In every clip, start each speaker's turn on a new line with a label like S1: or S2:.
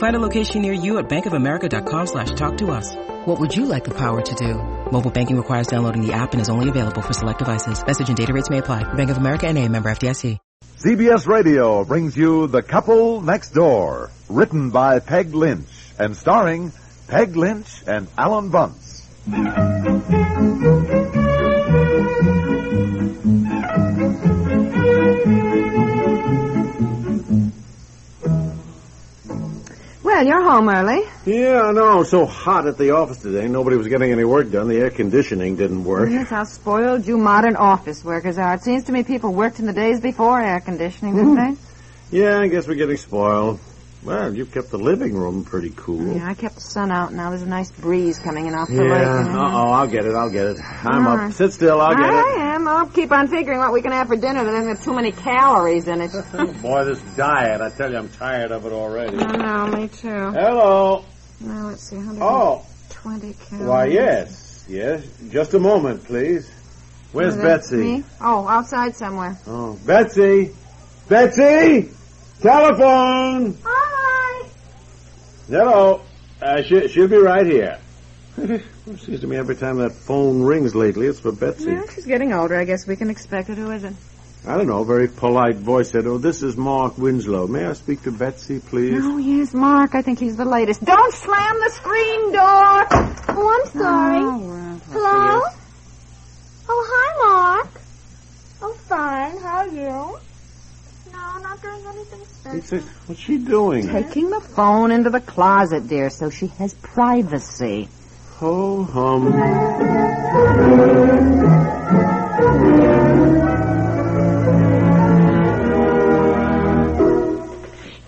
S1: Find a location near you at bankofamerica.com slash talk to us. What would you like the power to do? Mobile banking requires downloading the app and is only available for select devices. Message and data rates may apply. Bank of America and a member FDIC.
S2: CBS Radio brings you The Couple Next Door, written by Peg Lynch and starring Peg Lynch and Alan Bunce.
S3: Well, you're home early.
S4: Yeah, I know. It's so hot at the office today. Nobody was getting any work done. The air conditioning didn't work.
S3: Yes, how spoiled you modern office workers are. It seems to me people worked in the days before air conditioning, didn't
S4: Hmm. Yeah, I guess we're getting spoiled. Well, you kept the living room pretty cool.
S3: they? Yeah, I kept the sun out. Now there's a nice breeze coming in off the lake. you know.
S4: Yeah. Uh oh, I'll get it. I'll get it. I'm
S3: All
S4: up.
S3: right.
S4: Sit still. I'll get
S3: I
S4: it.
S3: am. I'll keep on figuring what we can have for dinner that doesn't have too many calories in it.
S4: Oh, boy, this diet. I tell you, I'm tired of it already.
S3: no, me too.
S4: Hello.
S3: Now let's see, 120
S4: Oh,
S3: calories.
S4: why, yes. Yes. Just a moment, please. Where's
S3: Is that
S4: Betsy?
S3: me? Oh, outside somewhere.
S4: Oh, Betsy! Betsy! Telephone!
S3: Hi.
S4: Hello. Uh, she, she'll be right here. Seems to me every time that phone rings lately, it's for Betsy.
S3: Well, she's getting older. I guess we can expect it. Who is it?
S4: I don't know. A very polite voice said, "Oh, this is Mark Winslow. May I speak to Betsy, please?"
S3: Oh, yes, Mark. I think he's the latest. Don't slam the screen door.
S5: Oh, I'm sorry. Hello? Oh, hi, Mark. I'm fine. How are you? No, not doing anything
S4: He
S5: special.
S4: said, "What's she doing?"
S3: Taking the phone into the closet, dear, so she has privacy.
S4: Ho hum.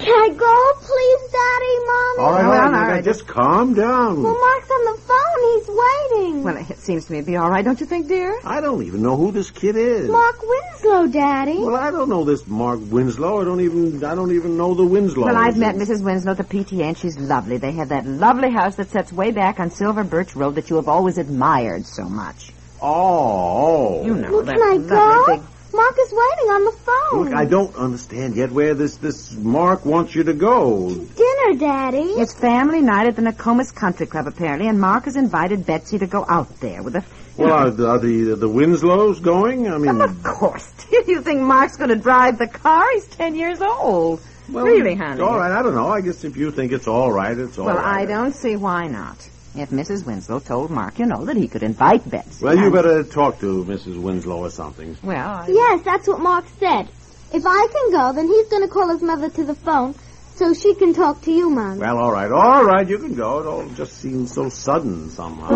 S5: Can I go, please, Daddy, Mommy?
S4: All right,
S3: Well,
S4: all right,
S3: all
S4: all right.
S3: right.
S4: Just calm down.
S5: Well, Mark's on the phone. He's waiting.
S3: Well, it seems to me to be all right, don't you think, dear?
S4: I don't even know who this kid is.
S5: Mark Winslow, Daddy.
S4: Well, I don't know this Mark Winslow. I don't even I don't even know the Winslow.
S3: Well, I've met Mrs. Winslow at the PTA, and she's lovely. They have that lovely house that sets way back on Silver Birch Road that you have always admired so much.
S4: Oh,
S3: You know,
S5: well,
S3: that
S5: can I go?
S3: lovely big...
S5: Mark is waiting on the phone.
S4: Look, I don't understand yet where this this Mark wants you to go.
S5: Dinner, Daddy.
S3: It's family night at the Nokomis Country Club, apparently, and Mark has invited Betsy to go out there with a...
S4: Well, are, the- are the the Winslows going? I mean,
S3: Of course, dear. You think Mark's going to drive the car? He's ten years old.
S4: well,
S3: really, honey.
S4: All right, I don't know. I guess if you think it's all right, it's all
S3: Well,
S4: right.
S3: I don't see why not. If Mrs. Winslow told Mark, you know, that he could invite Betsy.
S4: Well, you better talk to Mrs. Winslow or something.
S3: Well, I...
S5: Yes, that's what Mark said. If I can go, then he's going to call his mother to the phone so she can talk to you, Mom.
S4: Well, all right, all right, you can go. It all just seems so sudden somehow.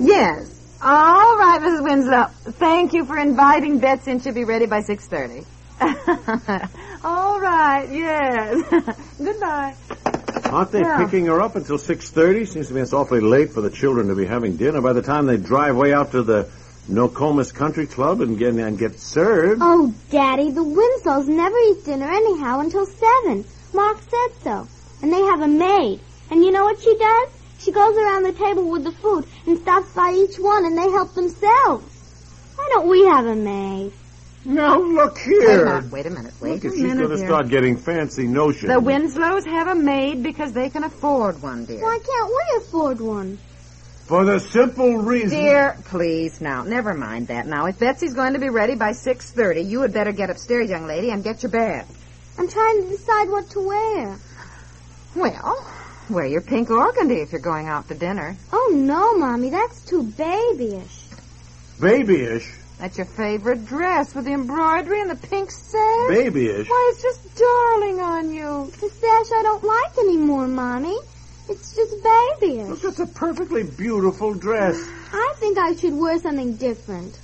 S3: yes. All right, Mrs. Winslow. Thank you for inviting Betsy, and she'll be ready by six thirty. All right. Yes. Goodbye.
S4: Aren't they
S3: Yeah.
S4: picking her up until six thirty? Seems to me it's awfully late for the children to be having dinner. By the time they drive way out to the Nokomis Country Club and get and get served.
S5: Oh, Daddy, the Winslows never eat dinner anyhow until seven. Mark said so. And they have a maid. And you know what she does? She goes around the table with the food and stops by each one and they help themselves. Why don't we have a maid?
S4: Now look
S3: Wait a
S4: here.
S3: minute. Wait a minute. Wait
S4: Look,
S3: a
S4: if she's
S3: minute,
S4: going to
S3: dear.
S4: start getting fancy notions.
S3: The Winslows have a maid because they can afford one, dear.
S5: Why can't we afford one?
S4: For the simple reason.
S3: Dear, please now, never mind that now. If Betsy's going to be ready by 6.30, you had better get upstairs, young lady, and get your bath.
S5: I'm trying to decide what to wear.
S3: Well, wear your pink organdy if you're going out to dinner.
S5: Oh no, Mommy, that's too babyish.
S4: Babyish.
S3: That's your favorite dress with the embroidery and the pink sash.
S4: Babyish.
S3: Why, it's just darling on you.
S5: The sash I don't like anymore, Mommy. It's just babyish.
S4: Look, it's a perfectly beautiful dress.
S5: I think I should wear something different.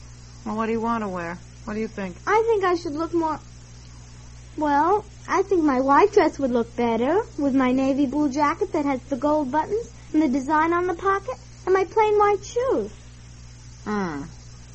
S3: Well, what do you want to wear? What do you think?
S5: I think I should look more. Well, I think my white dress would look better with my navy blue jacket that has the gold buttons and the design on the pocket and my plain white shoes.
S3: Hmm.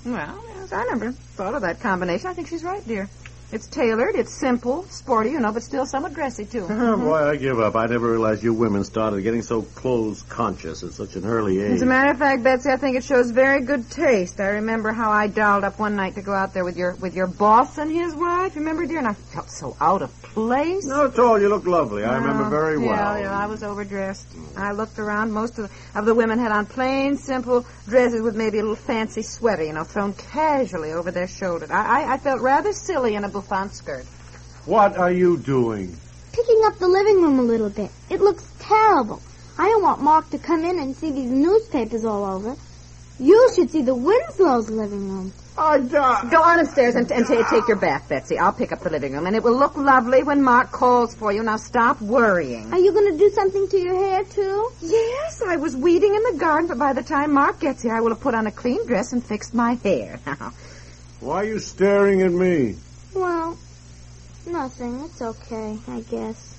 S3: Well, yes, I never thought of that combination. I think she's right, dear. It's tailored, it's simple, sporty, you know, but still somewhat dressy, too.
S4: Boy, I give up. I never realized you women started getting so clothes conscious at such an early age.
S3: As a matter of fact, Betsy, I think it shows very good taste. I remember how I dolled up one night to go out there with your with your boss and his wife. Remember, dear, and I felt so out of place.
S4: Not at all. You look lovely. I remember
S3: Oh,
S4: very well.
S3: Yeah, yeah, I was overdressed. I looked around. Most of the, of the women had on plain, simple dresses with maybe a little fancy sweater, you know, thrown casually over their shoulders. I, I, I felt rather silly in a bouffant skirt.
S4: What are you doing?
S5: Picking up the living room a little bit. It looks terrible. I don't want Mark to come in and see these newspapers all over. You should see the Winslow's living room.
S4: I die.
S3: Go on upstairs and, and ta take your bath, Betsy. I'll pick up the living room, and it will look lovely when Mark calls for you. Now stop worrying.
S5: Are you going to do something to your hair too?
S3: Uh, Yes, I was weeding in the garden, but by the time Mark gets here, I will have put on a clean dress and fixed my hair. Now,
S4: Why are you staring at me?
S5: Well, nothing. It's okay, I guess.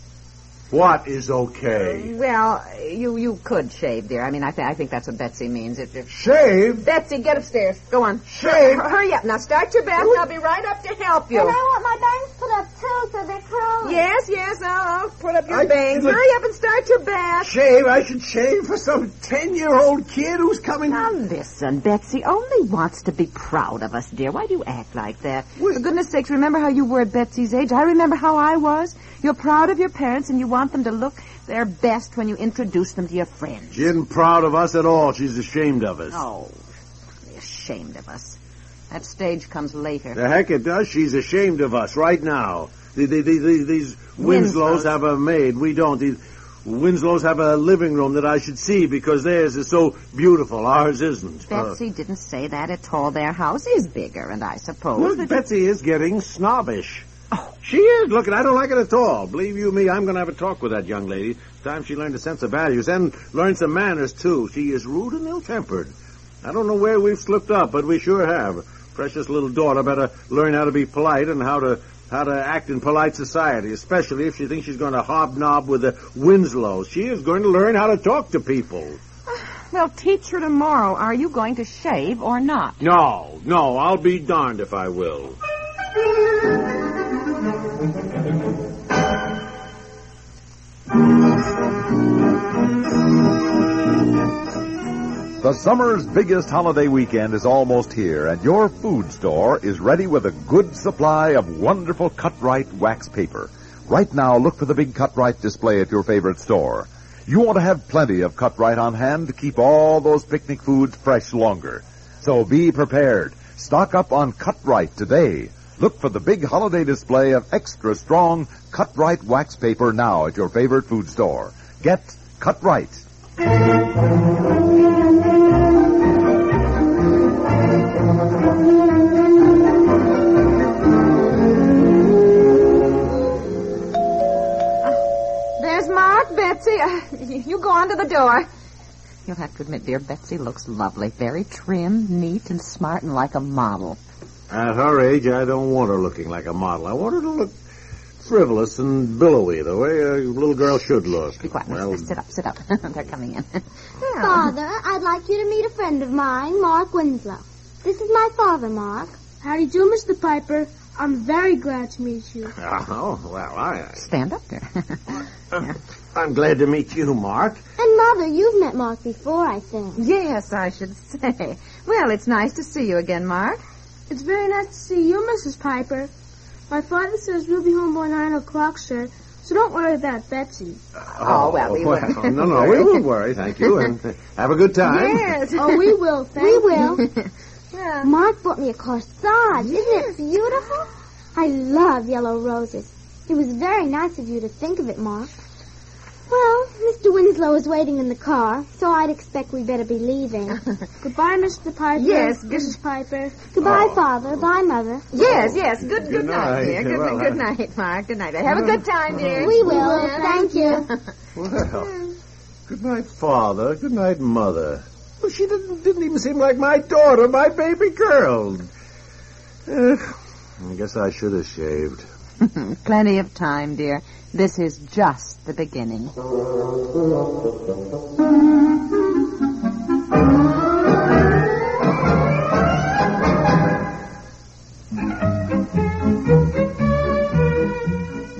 S4: What is okay?
S3: well, you you could shave, dear. I mean, I, th- I think that's what Betsy means. It, it
S4: Shave?
S3: Betsy, get upstairs. Go on.
S4: Shave?
S3: Hur- Hurry up. Now start your bath, and I'll be right up to help you.
S5: want my bangs put up too, so they're curly.
S3: Yes, yes, I'll, I'll put up your
S4: I-
S3: bangs.
S4: look-
S3: Hurry up and start your bath.
S4: Shave? I should shave for some ten-year-old kid who's coming.
S3: Now listen, Betsy only wants to be proud of us, dear. Why do you act like that? For goodness sakes, remember how you were at Betsy's age. I remember how I was. You're proud of your parents and you want them to look their best when you introduce them to your friends.
S4: She isn't proud of us at all. She's ashamed of us.
S3: Oh, be ashamed of us. That stage comes later.
S4: The heck it does. She's ashamed of us right now. The, the, the, the, these Winslows
S3: Winslows.
S4: have a maid. We don't. These Winslows have a living room that I should see because theirs is so beautiful. Ours isn't. Uh,
S3: Betsy didn't say that at all. Their house is bigger, and I suppose
S4: Look,
S3: that-
S4: Betsy is getting snobbish. She is. Look, and I don't like it at all. Believe you me, I'm going to have a talk with that young lady. It's time she learned a sense of values and learned some manners, too. She is rude and ill-tempered. I don't know where we've slipped up, but we sure have. Precious little daughter better learn how to be polite and how to how to act in polite society, especially if she thinks she's going to hobnob with the Winslows. She is going to learn how to talk to people.
S3: Well, teach her tomorrow. Are you going to shave or not?
S4: No, no, I'll be darned if I will.
S2: The summer's biggest holiday weekend is almost here, and your food store is ready with a good supply of wonderful Cutright wax paper. Right now, look for the big Cutright display at your favorite store. You want to have plenty of Cutright on hand to keep all those picnic foods fresh longer. So be prepared. Stock up on Cutright today. Look for the big holiday display of extra strong Cutright wax paper now at your favorite food store. Get Cutright.
S3: There's Mark, Betsy. Uh, y- you go on to the door. You'll have to admit, dear, Betsy looks lovely. Very trim, neat, and smart, and like a model.
S4: At her age, I don't want her looking like a model. I want her to look frivolous and billowy, the way a little girl should look.
S3: Be quiet.
S4: Well,
S3: Sit up, sit up. They're coming in. Yeah.
S5: Father, I'd like you to meet a friend of mine, Mark Winslow. This is my father, Mark. How do you do, Mr. Piper? I'm very glad to meet you.
S4: oh, well, I,
S3: Stand up, dear.
S4: I'm glad to meet you, Mark.
S5: And Mother, you've met Mark before, I think.
S3: yes, I should say. Well, it's nice to see you again, Mark.
S5: It's very nice to see you, Mrs. Piper. My father says we'll be home by nine o'clock, sir, So don't worry about Betsy.
S3: Oh, well, we wouldn't
S4: No, no, we won't worry. Thank you, and have a good time.
S3: Yes.
S5: Oh, we will, thank We will.
S3: Yeah.
S5: Mark bought me a corsage. Isn't it beautiful? I love yellow roses. It was very nice of you to think of it, Mark. Well, Mr. Winslow is waiting in the car, so I'd expect we better be leaving. Goodbye, Mr. Piper.
S3: Yes, good-
S5: Mrs. Piper. Goodbye, Father. Bye, Mother.
S3: Yes, yes. Good, good,
S4: Good
S3: night, Mm.
S4: night.
S3: dear. Good,
S4: Well,
S3: good night, Mark. Good night. Have a good time, dear.
S5: We will, thank you.
S4: Well, good night, father. Good night, mother. Well, she didn't, didn't even seem like my daughter, my baby girl. Eh, I guess I should have shaved.
S6: Hmm, Plenty of time, dear. This is just the beginning.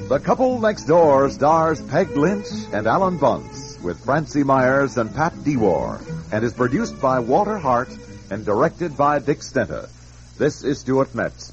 S2: The Couple Next Door stars Peg Lynch and Alan Bunce with Francie Myers and Pat Dewar and is produced by Walter Hart and directed by Dick Stenta. This is Stuart Metz.